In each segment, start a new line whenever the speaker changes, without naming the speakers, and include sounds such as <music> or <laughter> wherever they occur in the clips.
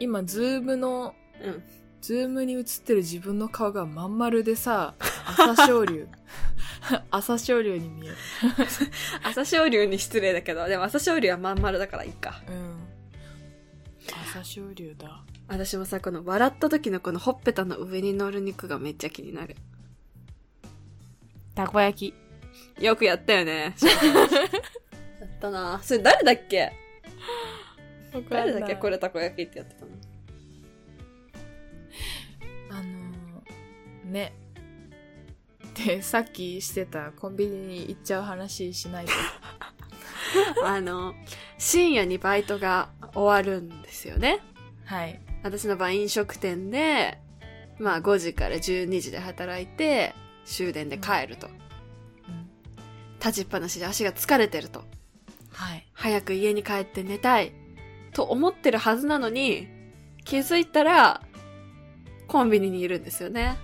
今、ズームの、
うん
ズームに映ってる自分の顔がまん丸でさ、朝青 <laughs> 龍。朝青龍に見える。
朝青龍に失礼だけど、でも朝青龍はまん丸だからいいか。
うん。朝青龍だ。
私もさ、この笑った時のこのほっぺたの上に乗る肉がめっちゃ気になる。
たこ焼き。
よくやったよね。 <laughs> やったなそれ誰だっけ誰だっけこ
れ。
れたこ焼きってやってたの。
あのー、ね。で、さっきしてたコンビニに行っちゃう話しないと。
あの、深夜にバイトが終わるんですよね。
<laughs> はい。
私の場合飲食店で、まあ5時から12時で働いて、終電で帰ると。
うん
立ちっぱなしで足が疲れてると。
はい。
早く家に帰って寝たい。と思ってるはずなのに、気づいたら、コンビニにいるんですよね。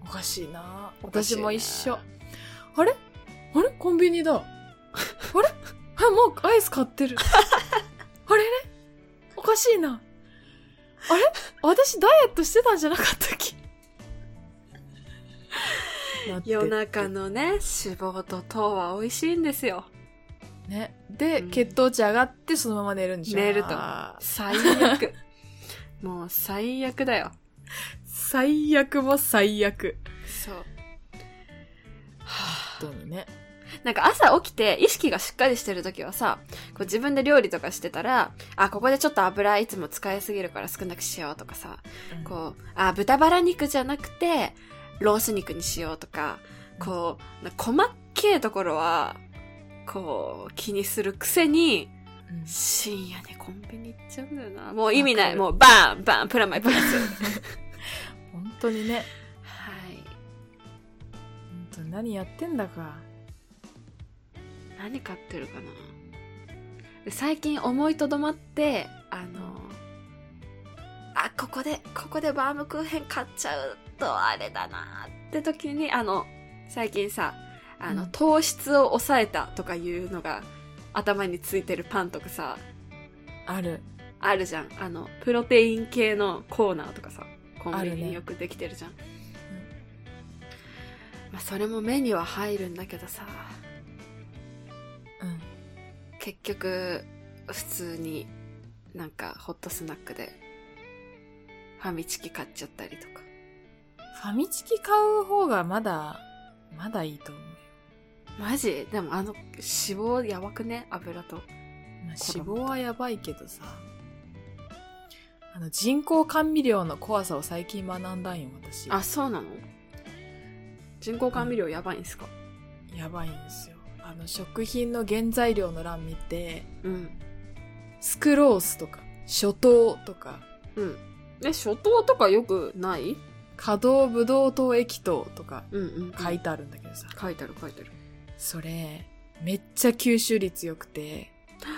おかしいな
おかしい
私
ね
も一緒。あれあれコンビニ
<laughs>
だ。あれあ、もうアイス買ってる。あれれおかしいな。あれ私ダイエットしてたんじゃなかった
<laughs>
っけなって
夜中のね、脂肪と糖は美味しいんですよ。
ね。で、
うん
血糖値上がってそのまま寝るんでしょ
寝ると
あー
最 <laughs> 悪。もう最悪だよ。
最悪も最悪。
そう。は
本当にね。
ぁなんか朝起きて意識がしっかりしてる時はさ、こう自分で料理とかしてたら、あ、ここでちょっと油いつも使いすぎるから少なくしようとかさ、
こ
こう、あ、豚バラ肉じゃなくて、ロース肉にしようとか、こう、な細っけえところは、こう、気にするくせに、
う。うん
深夜にコンビニ行っちゃうんだよな。もう意味な
わか
い。
る
もうバンバンプラマイプラス。
<laughs>
<laughs>
本当にね。
はい。
本当に何やってんだか。
何買ってるかなで最近思いとどまってあのあここでここでバームクーヘン買っちゃうとあれだなって時にあの最近さあの、
うん
糖質を抑えたとかいうのが頭についてるパンとかさ
ある。
あるじゃんあのプロテイン系のコーナーとかさコンビ
ある
ニ
ね
によくできてるじゃん、まあ、それも目には入るんだけどさ
うん。
結局普通になんかホットスナックでファミチキ買っちゃったりとか
ファミチキ買う方がまだ、まだいいと思うよ。
マジでもあの脂肪やばくね油と
まあ脂肪はやばいけどさ。あの、人工甘味料の怖さを最近学んだんよ、私。
あそうなの人工甘味料やばいんすか
やばいんですよ。あの、食品の原材料の欄見て、
うん
スクロースとか、初糖とか、
うんえ初糖とかよくない
可動ブドウ糖液糖とか
うんうん、
書いてあるんだけどさ。
書いてある書いてある
それ、めっちゃ吸収率良くて、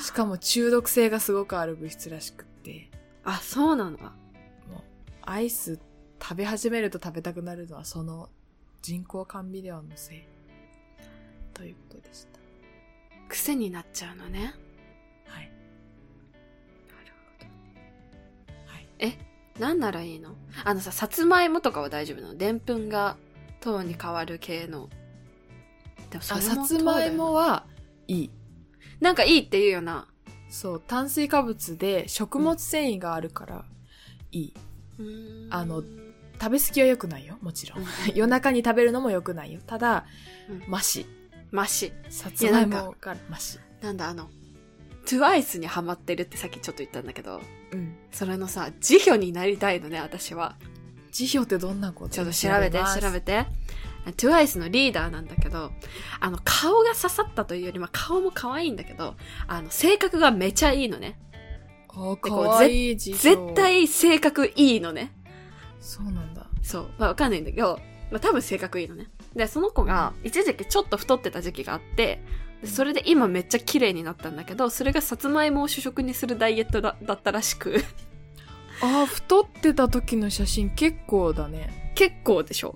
しかも中毒性がすごくある物質らしくって、
あそうなのあ
もう、アイス食べ始めると食べたくなるのはその人工甘味料のせい。ということでした。
癖になっちゃうのね
はい。はい。
なんならいいのあのさ、さつまいもとかは大丈夫なのでんぷんが糖に変わる系の。でもそ
あ、
れも
さつまい
糖だよ
もはいい。
な。なんかいいって言うよな。
そう、炭水化物で食物繊維があるから、いい。あの
うん
食べ過ぎは良くないよ、もちろん。夜
夜な、
中に食べるのも良くないよ。ただ
うん、
マシ。
マシ。
さつまい
いやなん
もからマシ。
なんだあの、トゥワイスにハマってるってさっきちょっと言ったんだけど、
うん。
それのさ、辞表になりたいのね、私は。
辞表ってどんなこと
ちょっと調べて、調べて。トゥワイスのリーダーなんだけど、あの、顔が刺さったというより、まあ、顔も可愛いんだけど、あの、性格がめちゃいいのね。
あ、
こう
かわいい辞表。
絶。対性格いいのね。
そうなんだ。
そう。まあ、わかんないんだけど、まあ、多分性格いいのね。で、その子が、一時期ちょっと太ってた時期があって、でそれで今めっちゃ綺麗になったんだけど、それがさつまいもを主食にするダイエットだだったらしく、
ああ、太ってた時の写真結構だね。
結構でしょ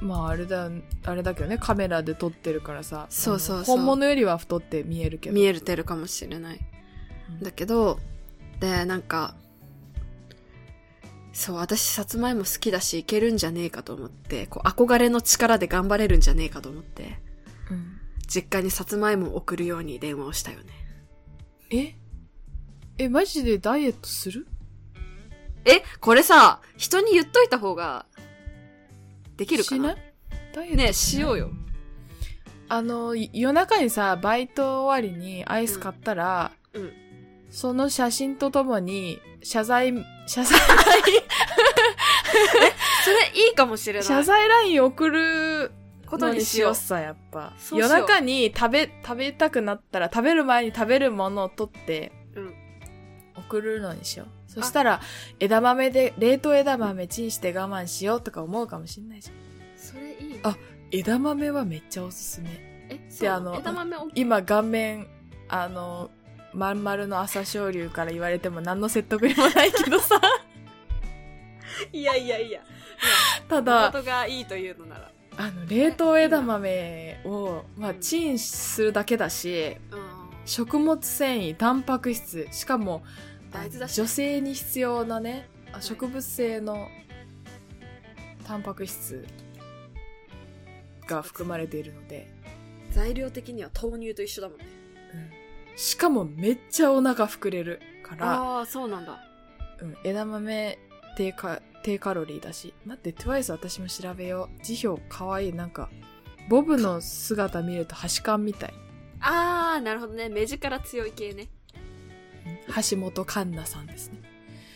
まああれだ、あれだけどね、カメラで撮ってるからさ。
そうそうそう
あの本物よりは太って見えるけど。
見えてるかもしれない。
うん
だけど、で、なんか、そう、私、さつまいも好きだし、いけるんじゃねえかと思って、こう、憧れの力で頑張れるんじゃねえかと思って、
うん。
実家にさつまいもを送るように電話をしたよね。
ええ、マジでダイエットする
え、これさ、人に言っといた方が、できるか
し
な
ないダイエット
ねえしようよ。
あの、い夜中にさ、バイト終わりにアイス買ったら、
うんうん
その写真とともに、謝罪、謝罪、
それいいかもしれない。
謝罪ライン送る
ことにしよ
の
う
に。さ、やっぱ。
そうしよ
夜
う
中に食べ、食べたくなったら、食べる前に食べるものを取って、
うん
送るのにしよう。そしたら、枝豆で、冷凍枝豆チンして我慢しようとか思うかもしんないじゃん。
それいいね
あ枝豆はめっちゃおすすめ。
え、
であの
枝豆を、
今顔面あのまん丸の朝青龍から言われても何の説得にもないけど <laughs> さ
いやいやいや。
た
こ
だ
とがいいというのなら。
あの冷凍枝豆を、まあ、チンするだけだし
うん。
食物繊維タンパク質しかも
大豆だし。
女性に必要なねあ
い
植物性のタンパク質が含まれているので、
材料的には豆乳と一緒だもんね。
しかもめっちゃお腹膨れるから
ああ、そうなんだ。
うん、枝豆低カ低カロリーだし待って TWICE 私も調べよう辞表かわいいなんかボブの姿見ると橋勘みたい
ああ、なるほどね。目力強い系ね。
橋本環奈さんですね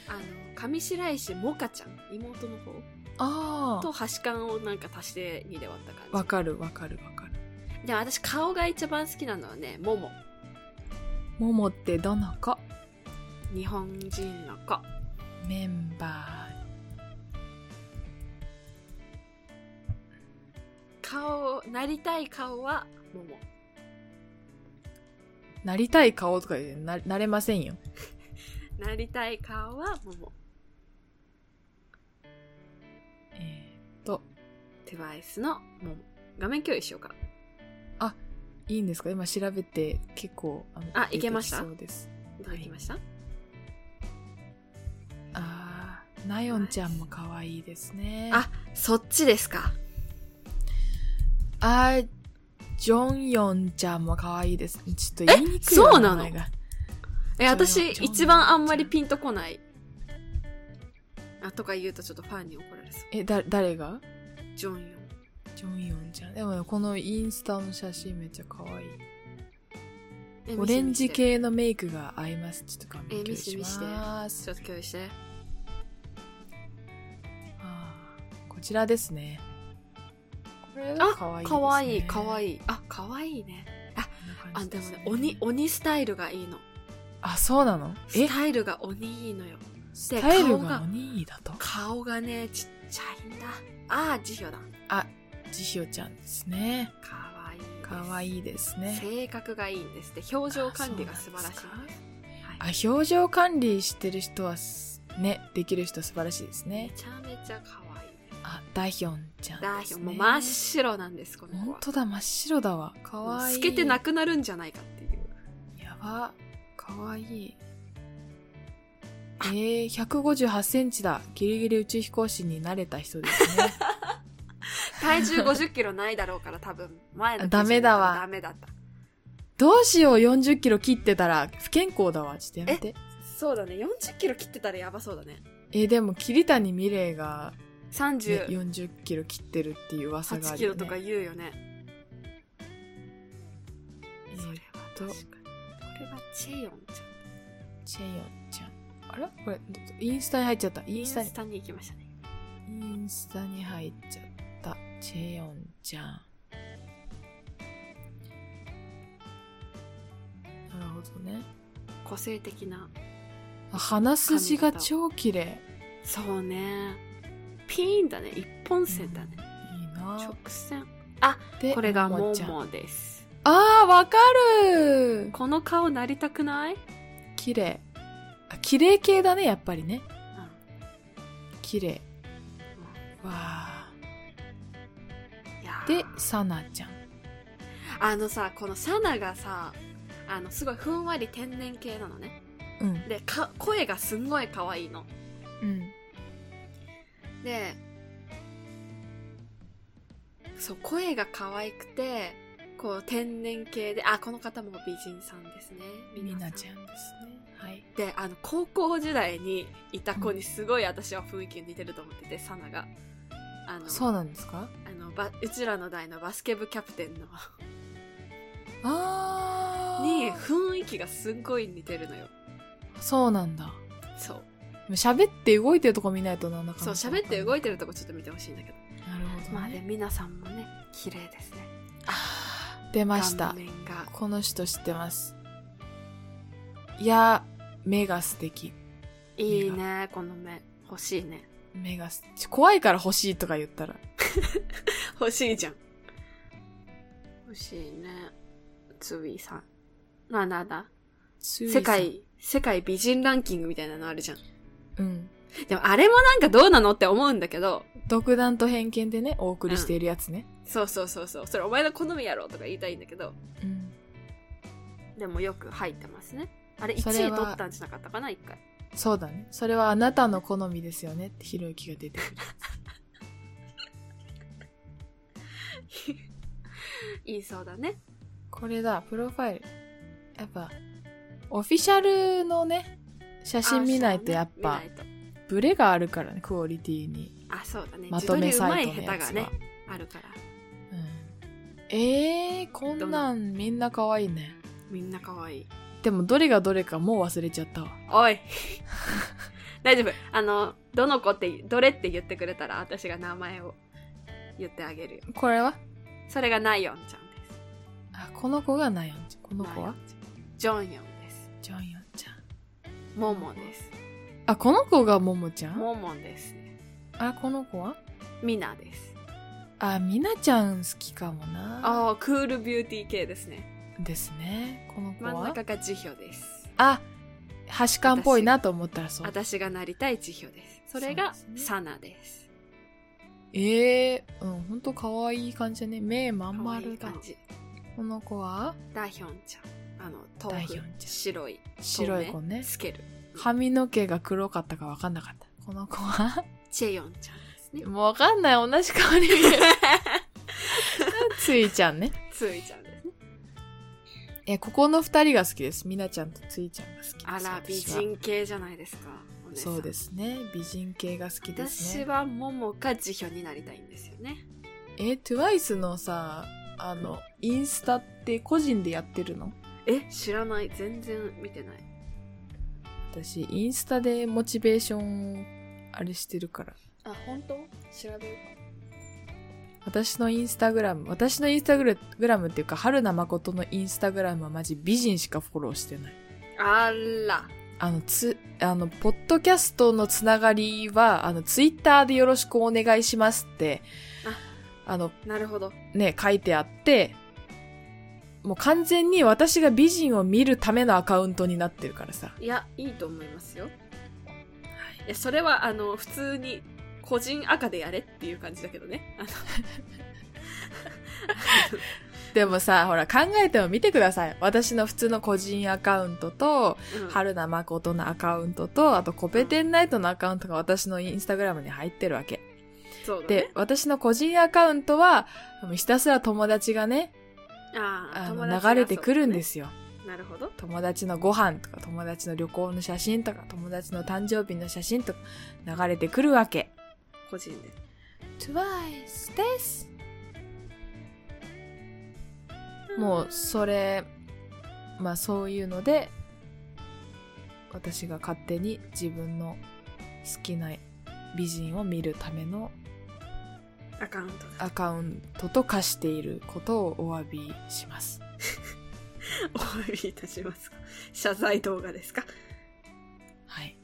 あの、上白石萌歌ちゃん、妹の方
あ
と端感をなんか足して2で割った
わ
感
かるわかるわかる
じ。でも私顔が一番好きなのはね、もも。
ももってどの子
日本人の子。
メンバ
顔、なりたい顔は、もも。
ーなりたい顔とか言うてななれませんよ
なりたい顔は、もも。
えー、っと
テバイスの、もも。画面共有しようか。
いいんですか今調べて結構あの
あいけました
出てきそうです
どういきました
あーナヨンちゃんも可愛いですね
あそっちですか。
あー、ジョンヨンちゃんも可愛いです。ちょっと言いにくい
そうなの
名前がち
え、
ょ
私、
ちょ
一番あんまりピンとこない。あ、とか言うとちょっとファンに怒られそ
え、だ、誰が
う。ジョンヨン。
ジョンヨンちゃん。でもね、このインスタの写真めっちゃ可愛い。
え
オレンジ。
見せて
系のメイクが合います。ちょっと画面
え
共有し
見せて
ます。
ちょっと共有して。
あーこちらですね。これ
あ
が可愛いですね。
かわいい、かわ
い
いい。あ、かわいいね。あ、
あ、
でもね、鬼、鬼スタイルがいいの。
あ、そうなのえ
ス、タイルが鬼いいのよ。
スタイル
顔
が
が
鬼だと。
顔がね、ちっちゃいんだ。あー、ジヒョだ。
あ、ジヒョちゃんですね。
かわいいです。
可愛いですね。
性格がいいんですって。表情管理が素晴らしいです
あそうなんですか
はい。
あ表情管理してる人はすねできる人は素晴らしいです
め
ね
ちゃめちゃかわいい。
あダヒョンちゃん
ダ
で
ーヒ
す、
ョ
ね、
ンもう真っ白なんです、この子
本
は。
当だ真っ白だわかわいい
透けてな
く
くなるんじゃないかっていう。
やばかわいいえー、158センチだギリギリ宇宙飛行士になれた人です
<laughs>
ね <laughs>
体重50キロないだろうから多分、前の記事
ダメだわ
ダメだった。
どうしよう40キロ切ってたら不健康だわちょっとやめて
そうだね、40キロ切ってたらやばそうだね。
えーでも桐谷美玲が、ね、
38
40キロ切ってるっていう噂がある
キ
よ、
ロ
ね、
とか言うよね。
え
それは
ー
確かに。これはチェヨンちゃ
チェンヨンちゃん。あれこれ、インスタに入っちゃった。
ん。
イ
イ
ン
ン
スタに
ス、タに行きましたね。
インスタに入っちゃった。チェヨンちゃん。なるほどね。
個性的な。
あ鼻筋が超綺麗。
そうね。ピーンだね。一本線だね。
いいな
直線。
で
これがモン
ちゃん
モンです。
あー、わかる
この顔なりたくない
綺麗。あ、綺麗系だね、やっぱりね。
う
綺麗。わあ。
ん。いやー
で、サナちゃん。
あのさ、このサナがさ、あの、すごいふんわり天然系なのね。
うん。
で、か、声がすんごい可愛いの。
うん。
でそう声が可愛くてこう天然系であこの方も美人さんですね
みな
な
ちゃんですね。はい。
であの高校時代にいた子にすごい私は雰囲気似てると思っててサナがあの
そうなんですか
あのばうちらの代のバスケ部キャプテンの
あ
に雰囲気がすっごい似てるのよ
そうなんだ。
そう
喋って動いてるとこ見ないとなんだか
そう喋って動
い
いてるとこちょっと見てほしいんだけど
なるほど、ね。
まあで皆さんもね綺麗ですね
あー出ました
顔。面が
この人知ってます。いや、目が素敵。
いいねこの目欲しいね
目が素敵。怖いから欲しいとか言ったら。
欲しいじゃん欲しいねつーさんなんだなんだ世
世。
界世界美人ランキングみたいなのあるじゃん
うん。
でもあれもなんかどうなのって思うんだけど
独断と偏見でね、お送りしているやつね。
そうそうそうそうそれお前の好みやろとか言いたいんだけど
うん。
でもよく入ってますねあれ
そ
1位
れは
取ったんじゃなかったかな1回
そうだね。それはあなたの好みですよねってひろゆきが出てくる。
言いそうだね
これだ、プロファイル。やっぱ、オフィシャルのね、写真見ないとやっ
あ
ぱ
そう、ね見ない
ブレがあるからね、クオリティに。
とあそうだね
まとめサイトの
自撮
や
り上手
つ
い下手が
は
ね。あるから
うんえー、こんなんみんな可愛いね。
みんな可愛い
でもどれがどれかもう忘れちゃったわ。
お <laughs> い大丈夫あのどの子ってどれって言ってくれたら私が名前を言ってあげるよ
これは
それがナイオンちゃんです
あ、この子がナヨンちゃん。この子
ナイオ
は
ンちゃんジョンヨンです
ジョンヨンちゃん。
モモです
あ、この子がモモちゃん
モモです
あ、この子は
ミナです
あ、ミナちゃん好きかもな。
ああクールビューティー系ですね
ですね。この子
真ん
は
中がジヒョです
あ、端感っぽいなと思ったらそう。
私がなりたいジヒョですそれが
そうですね
サナです
ええー、うん、ほんと可愛い感じだね。目まん
可愛
丸
い
だ
感。じ
この子は
ダヒョンちゃんあの
ダ
豆
ヒョ
腐
ンちゃん
白い
白い子ね。
スケル
髪の毛が黒かったかわかんなかった。この子は
チェヨンちゃんですね
もうわかんない。同じ顔に見える。 <laughs> ついちゃんね。
つーいちゃんですね
え、ここの二人が好きです。みなちゃんとついちゃんが好きです。
あら美
私は
人系じゃないですかお姉さん
そうですね。美人系が好きです
私
ね。
はモモかジヒョになりたいんですよね
え、TWICE のさ、あの、インスタって個人でやってるの
え知らない全然見てない
私、インスタでモチベーション、あれしてるから。
あ本当調べる
私のインスタグラム、私のインスタグラムっていうか、春名誠のインスタグラムはマジ美人しかフォローしてない。
あら
あの、つ、あの、ポッドキャストのつながりは、あの、ツイッターでよろしくお願いしますって、あの、
なるほど
ね、書いてあって、もう完全に私が美人を見るためのアカウントになってるからさ。
いやいいと思いますよいやそれはあの普通に個人赤でやれっていう感じだけどねあの
でもさ、ほら、考えても見てください。私の普通の個人アカウントと、
うん
春名誠のアカウントと、あとコペテンナイトのアカウントが私のインスタグラムに入ってるわけ。
そうだね
で、私の個人アカウントは、もうひたすら友達がね、
あー
あ
友達
の、
が
流れてくるんですすよ。
なるほど
友達のご飯とか、友達の旅行の写真とか、友達の誕生日の写真とか、流れてくるわけ。
個人で
TWICE です。もう、それ、まあそういうので、私が勝手に自分の好きな美人を見るための
アカウントだ
アカウントと化していることをお詫びします。
お詫びいたしますか謝罪動画ですか
はい。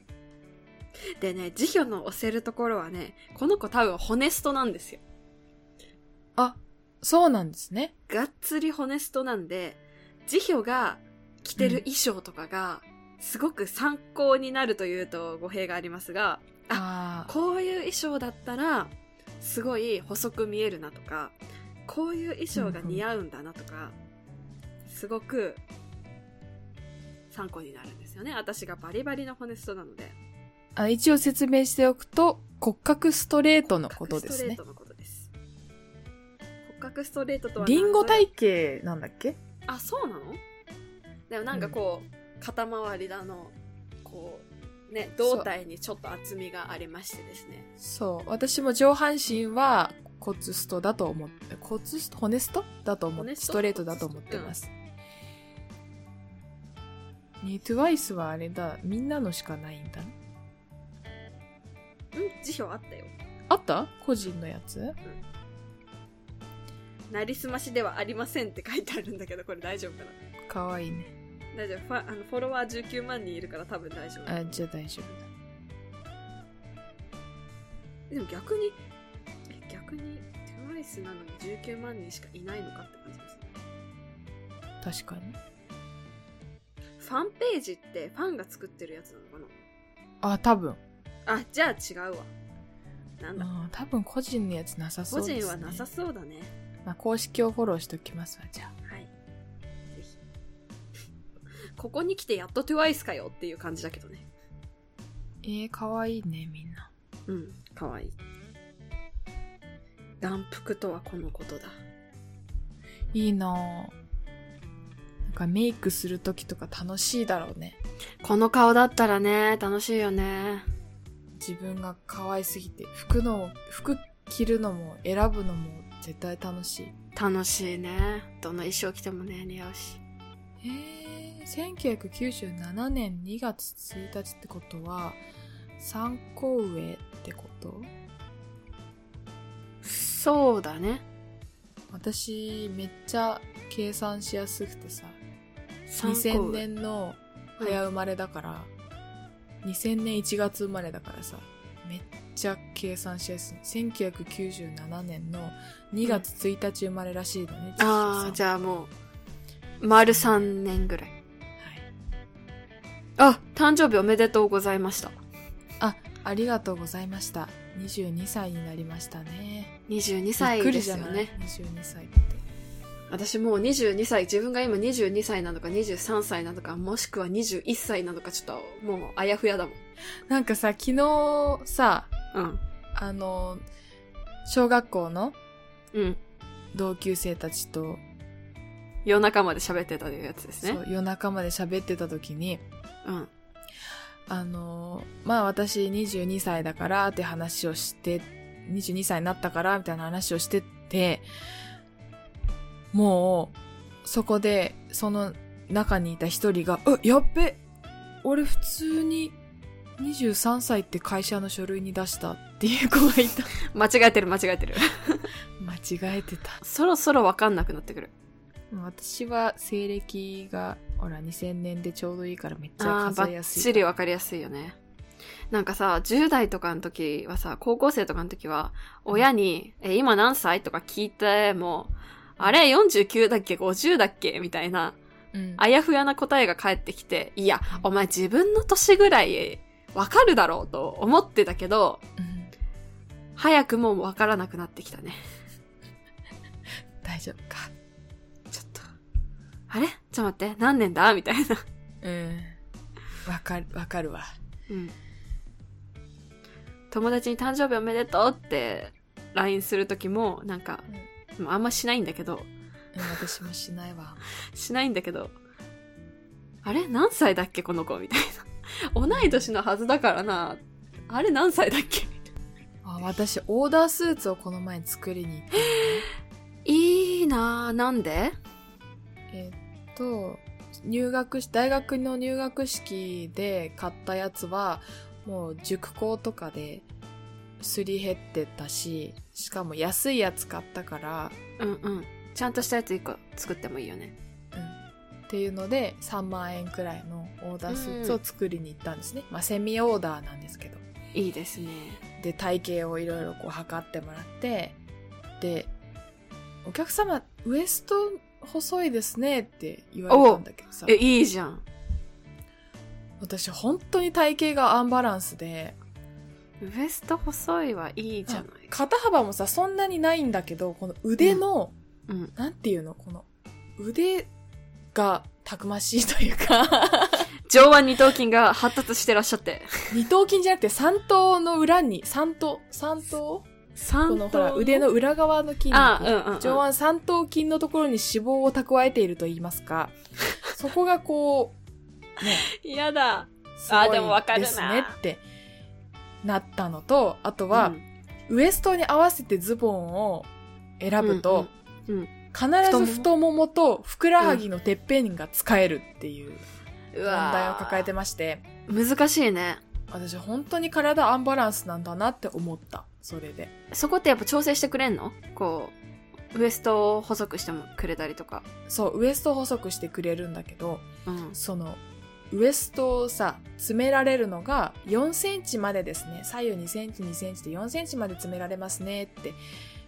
でね辞表の押せるところはねこの子多分ホネストなんですよ
あ、そうなんですね。
がっつりホネストなんで辞表が着てる衣装とかがすごく参考になるというと語弊がありますが
あ
こういう衣装だったらすごい細く見えるなとかこういう衣装が似合うんだなとか、すごく参考になるんですよね私がバリバリのホネストなので
あ。一応説明しておくと、骨格ストレートのことです
ストレー
ね。
トのことです骨格ストレートとは
リンゴ
タイ
体型なんだっけ
あそうなのでもなんかこう、肩周りだのこうね胴体にちょっと厚みがありましてですね
そう。私も上半身は骨ストだと思って、骨スト、骨ストだと思っ
骨
て、
スト
ストレートだと思ってます。ね、トゥワイスはあれだ、みんなのしかないんだ。
うん辞表あったよ
あった個人のやつ
なりすましではありませんって書いてあるんだけどこれ大丈夫かな
かわいいね。
大丈夫ファあのフォロワー19万人いるから多分大丈夫
あ、じゃあ大丈夫だ。
でも逆にえ逆に TWICE なのに19万人しかいないのかって感じですね
確かに。
ファンページってファンが作ってるやつなのか
あ、多分。
なあじゃあ違うわなんだ
あ多分個人のやつなさそ
個
うです、ね。
人はなさそうだね
まあ、公式をフォローしておきますわ、じゃあ。
はいぜひ <laughs> ここに来てやっと TWICE かよっていう感じだけどね
えー、かわいいね、みんな。
うんかわいい眼福とはこのことだ
いいなぁなんかメイクするときとか楽しいだろうね。
この顔だったらね楽しいよね
自分が可愛すぎて、服の、服着るのも選ぶのも絶対楽しい。
楽しいねどの衣装着てもね似合うし
えー、1997年2月1日ってことは、三個上ってこと
そうだね
私、めっちゃ計算しやすくてさ、
参考
2000年の早生まれだから、2000年1月生まれだからさ、めっちゃ計算しやすい。1997年の2月1日生まれらしいだね。
ああじ
ゃ
ゃあもう丸3年ぐらい
あ、はい。
あ誕生日おめでとうございました
ありがとうございました。22歳になりましたね。
22
び
歳
っく
で
り
す
じ
よ
ゃない
ね
?22 歳って。
私もう22歳自分が今22歳なのか23歳なのかもしくは21歳なのかちょっともうあやふやだもん
なんかさ、昨日さ、
うん
あの、小学校の
うん
同級生たちと、
夜中まで喋ってたというやつです
そ
ね
う夜中まで喋ってた時に、
うん
あのーまあ私22歳だからって話をして、22歳になったからみたいな話をしてて、もう、そこで、その中にいた一人が、え、やっべ俺普通に23歳って会社の書類に出したっていう子がいた。 <laughs>
間違えてる間違えてる
間違えてた。
そろそろわかんなくなってくる
私は西暦が、ほら2000年でちょうどいいからめっちゃ
あー
数え
ば
や
っ
すい。
ちりわかりやすいよね。なんかさ、10代とかの時はさ、高校生とかの時は、親に、え、今何歳とか聞いても、あれ ?49 だっけ ?50 だっけみたいな、
うん
あやふやな答えが返ってきて、いや、お前自分の年ぐらいわかるだろうと思ってたけど、
うん
早くもうわからなくなってきたね。
大丈夫か。
ちょっと。あれちょっと待って、何年だみたいな。
うん。わかる、わかるわ。
うん。友達に誕生日おめでとうって LINE するときも、なんか、もうあんましないんだけど、
うん、私もしないわ。
しないんだけど、あれ何歳だっけこの子みたいな。 <laughs> 同い年のはずだからな。あれ何歳だっけ
あ私、オーダースーツをこの前作りに行って、
いいなぁ。なんで
えっと、入学し、大学の入学式で買ったやつは、もう塾校とかですり減ってたし、しかも安いやつ買ったから、
うんうん。ちゃんとしたやつ一個作ってもいいよね。
うん。っていうので、3万円くらいのオーダースーツを作りに行ったんですね。まあ、セミオーダーなんですけど。
いいですね。
で体型をいろいろこう測ってもらってで「お客様ウエスト細いですね」って言われたんだけどさ
え、いいじゃん。
私本当に体型がアンバランスで
ウエスト細いはいいじゃない。
肩幅もさそんなにないんだけどこの腕の、
うん。 <laughs>
なんていうのこの腕がたくましいというか
上腕二頭筋が発達してらっしゃって。
二頭筋じゃなくて三頭の裏に、三頭、三頭こ
三
のほら、腕の裏側の筋肉。
あ、うんうん。
上腕三頭筋のところに脂肪を蓄えていると言います
<laughs>
か、そこがこう、
腕。やだ。
すごい
あでもわかるな
ですねってなったのと、あとは、ウエストに合わせてズボンを選ぶと、
うんうんうん
必ず太ももとふくらはぎのてっぺんが使えるっていう
うん、う
問
わ
題を抱えてまして、
難しいね。
私本当に体アンバランスなんだなって思った。それで。
そこってやっぱ調整してくれんのこう、ウエストを細くしてもくれたりとか。
そう、ウエストを細くしてくれるんだけど、
うん。
その、ウエストをさ、詰められるのが4センチまでですね。左右2センチ、2センチで4センチまで詰められますねって、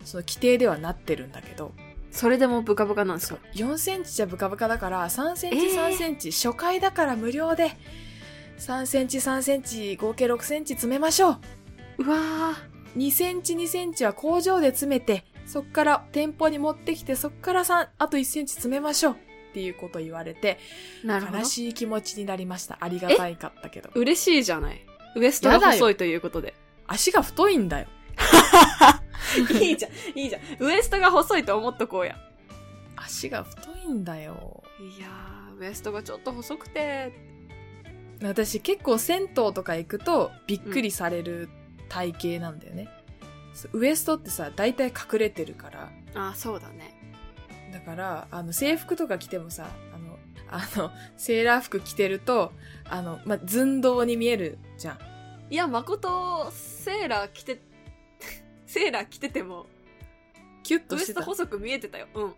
その規定ではなってるんだけど、
それでもブカブカなんですか
4センチじゃブカブカだから、3セン
え
チ、
ー
3センチ、初回だから無料で、3センチ、3センチ、合計6センチ詰めましょう
うわー
!2 センチ、2センチは工場で詰めて、そっから店舗に持ってきて、そっから3、あと1センチ詰めましょうっていうこと言われて、
なるほど
悲。しい気持ちになりました。ありがたいかったけど。
嬉しいじゃない。ウエストが
やだよ
細いということで。
足が太いんだよ。
いいじゃん、いいじゃん。ウエストが細いと思っとこうや。
足が太いんだよ。
いやー、ウエストがちょっと細くて。
私結構銭湯とか行くとびっくりされる体型なんだよね。そうウエストってさ、大体隠れてるから。
あ、そうだね。
だから、あの、制服とか着てもさ、あの、あの、セーラー服着てると、あの、ま、寸胴に見えるじゃん。
いや、誠、セーラー着て、セーラー着てても、
キュッ
ウ
と
エ
して
スト
た。
細く見えてたよ。うん。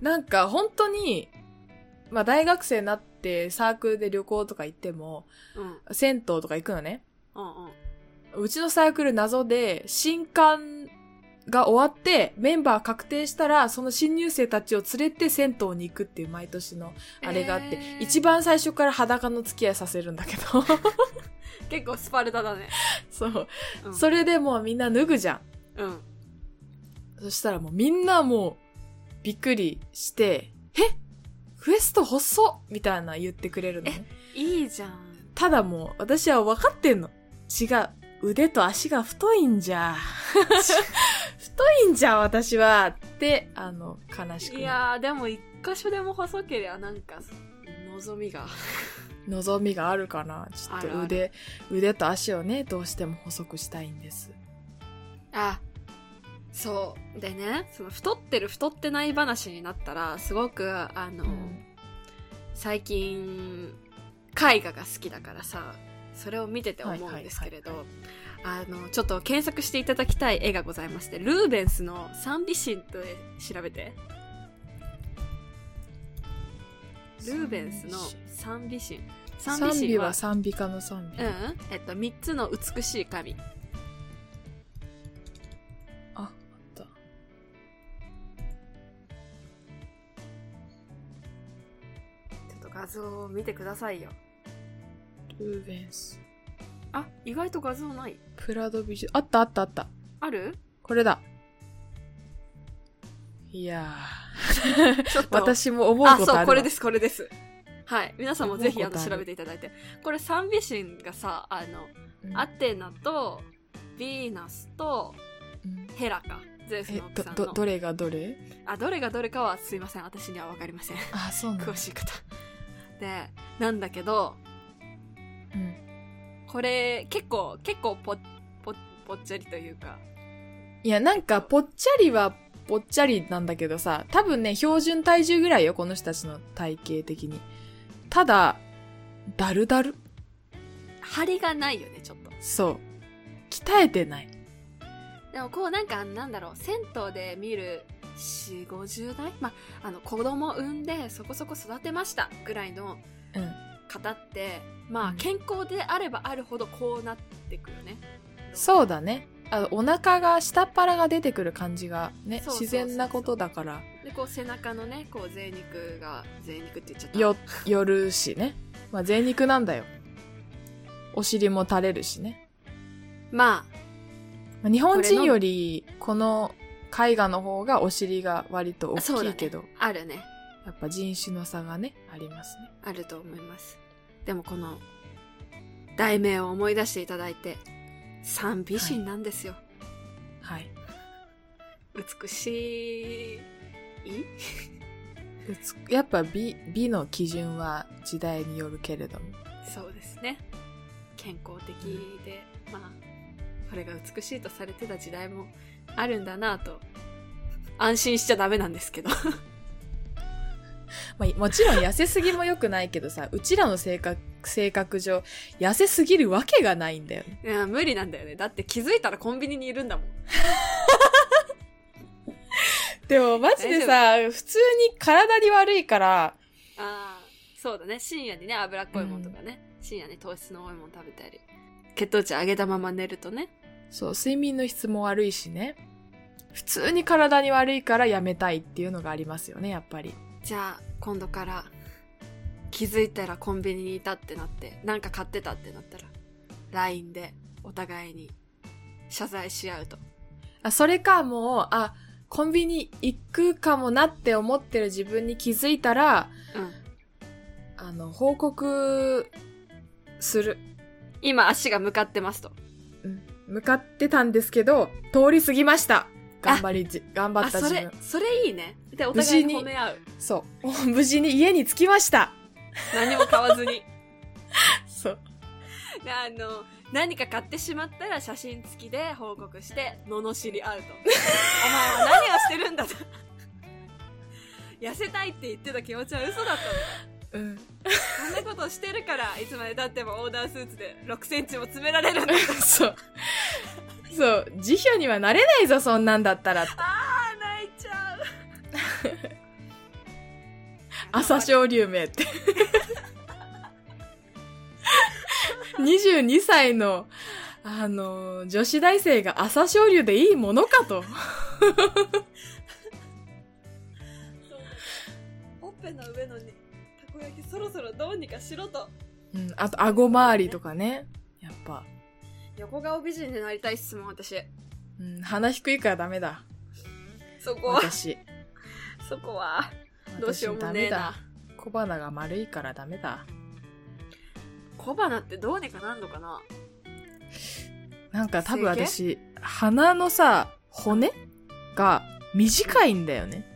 なんか本当に、まあ、大学生になってサークルで旅行とか行っても、
うん。
銭湯とか行くのね。
うんうん。
うちのサークル謎で、新刊が終わって、メンバー確定したら、その新入生たちを連れて銭湯に行くっていう毎年のあれがあって、
えー
一番最初から裸の付き合いさせるんだけど、
結構スパルタだね。
そう。
うん。
それでもうみんな脱ぐじゃん。
うん。
そしたらもうみんなもう、びっくりして、えウエスト細っみたいな言ってくれるのね。
いいじゃん。
ただもう、私は分かってんの。違う。腕と足が太いんじ
<laughs>
ゃ。太いんじゃ、私は。って、あの、悲しくな
いやー、でも一箇所でも細けりゃなんか、望みが。
る望みがあるかな。ちょっ
あるあ
と
る
腕、腕と足をね、どうしても細くしたいんです。
あ、そう。でね、その太ってる太ってない話になったら、すごく、あの、最近、絵画が好きだからさ、それを見てて思うんですけれど、あの、ちょっと検索していただきたい絵がございまして、ルーベンスの三美神と調べて。ルーベンスの三美神。
賛
三美神
美
は
は、賛美歌の賛美。
うん、えっと、三つの美しい
あ、
神。
あった。
ちょっと画像を見てくださいよ。
ルーベンス。
あ、意外と画像ない。
プラド美術。あったあったあった。<laughs>
ある
これだ。いや
ちょっ
ー、私も思うこ
あ、
とある
そう、
わ
これです、これです。はい。皆さんもぜひ、
思
あ
うこと
の、
ある
調べていただいて。これ、三美神がさ、あの、
うん
アテナと、ヴィーナスと、
うん
ヘラか。ゼウス
え
の奥
ど
さんの。
どどれがどれ
あ、どれがどれかは、すいません。私にはわかりません。
あそうなんだ
詳しい方。で、なんだけど、
うん
これ、結構、結構ぽ、ぽ、ぽっちゃりというか。
いやなんかぽっちゃりはぽっちゃりなんだけどさ多分ね標準体重ぐらいよこの人たちの体型的にただだるだる
張りがないよね、ちょっと。
そう鍛えてない
でもこうなんかなんだろう銭湯で見る4 5 0代まああの子供産んでそこそこ育てましたぐらいの
うん
方ってま
う
あ
ん
健康であればあるほどこうなってくるね
そうだねあお腹が下っ腹が出てくる感じがね
そうそうそうそう
自然なことだから
でこう背中のねこう贅肉が贅肉って言っちゃった
よ寄るしねまあ贅肉なんだよお尻も垂れるしね
ま
まあ日本人よりこの絵画の方がお尻が割と大
そ
き
うだ
い
ね
けど、
ああるね
やっぱ人種の差がねありますね
あると思いますでもこの題名を思い出していただいて三美人なんですよ、
はい。
美しい
でつやっぱ美、美の基準は時代によるけれども。
そうですね健康的で、まあこれが美しいとされてた時代もあるんだなぁと安心しちゃダメなんですけど <laughs>
まあ、もちろん痩せすぎも良くないけどさ、う <laughs> ちらの性格、性格上、痩せすぎるわけがないんだよね。
いや無理なんだよねだって気づいたらコンビニにいるんだもん
でもマジでさ、普通に体に悪いから、
ああそうだね深夜にね脂っこいもんとかね、深夜に糖質の多いもん食べたり血糖値上げたまま寝るとね
そう、睡眠の質も悪いしね。普通に体に悪いからやめたいっていうのがありますよね、やっぱり。
じゃあ今度から気づいたらコンビニにいたってなってなんか買ってたってなったら LINE でお互いに謝罪し合うと
あ、それかもう、あ、コンビニ行くかもなって思ってる自分に気づいたら、
うん
あの、報告する。
今足が向かってますと
うん向かってたんですけど、通り過ぎました。頑張りじ、頑張
あ
った
そ
自
れ
分。
それいいねでお互いに
無事
褒
に
め合う
そう。 <laughs> 無事に家に着きました。
何も買わずに
そう。
であの何か買ってしまったら写真付きで報告して罵り合うとお前は何をしてるんだと痩せたいって言ってた気持ちは嘘だった
うん。 <laughs>
こんなことしてるからいつまで経ってもオーダースーツで6センチも詰められるんだ
そう。そう。辞表にはなれないぞ、そんなんだったら。
あ泣いちゃ <laughs> う
朝青龍名って。22歳の、あの、女子大生が朝青龍でいいものかと。
ほっぺの上のにたこ焼きそろそろどうにかしろと
うん。あと、顎周りとかね。やっぱ。
横顔美人になりたいっすもん私
うん、鼻低いからダメだ。
そこは
私。
そこはどうしようもねえな
私ダメだ小鼻が丸いからダメだ
小鼻ってどうにかなんのかな
なんか多分私鼻のさ骨が短いんだよね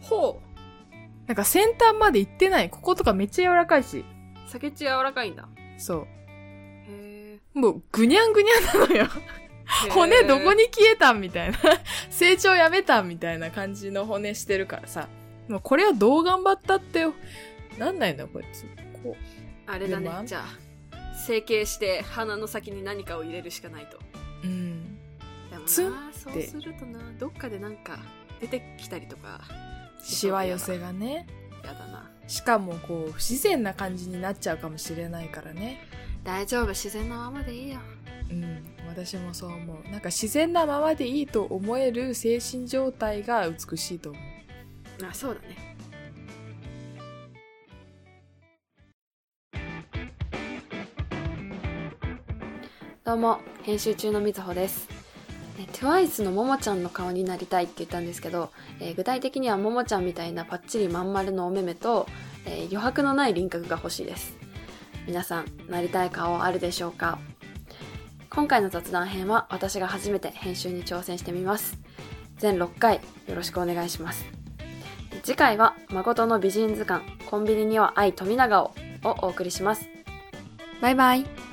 ほう
なんか先端まで行ってないこことかめっちゃ柔らかいし
酒中柔らかいんだ
そ
へ
うもうぐにゃんぐにゃんなのよ骨どこに消えたんみたいな <laughs> 成長やめたんみたいな感じの骨してるからさもうこれをどう頑張ったってなんないんだよこいつこう
あれだね
でも
じゃあ整形して鼻の先に何かを入れるしかないと
うん
でもな
ツン
そ
っ
う
て
するとなどっかでなんか出てきたりとか
しわ寄せがね
やだな
しかもこう不自然な感じになっちゃうかもしれないからね
大丈夫自然なままでいいよ
うん私もそう思うなんか自然なままでいいと思える精神状態が美しいと思う
あそうだねどうも編集中のみずほですえ TWICE のももちゃんの顔になりたいって言ったんですけど、えー具体的にはももちゃんみたいなパッチリまん丸のお目目と、えー余白のない輪郭が欲しいです皆さんなりたい顔あるでしょうか今回の雑談編は私が初めて編集に挑戦してみます全6回よろしくお願いします次回は誠の美人図鑑コンビニには愛富永ををお送りしますバイバイ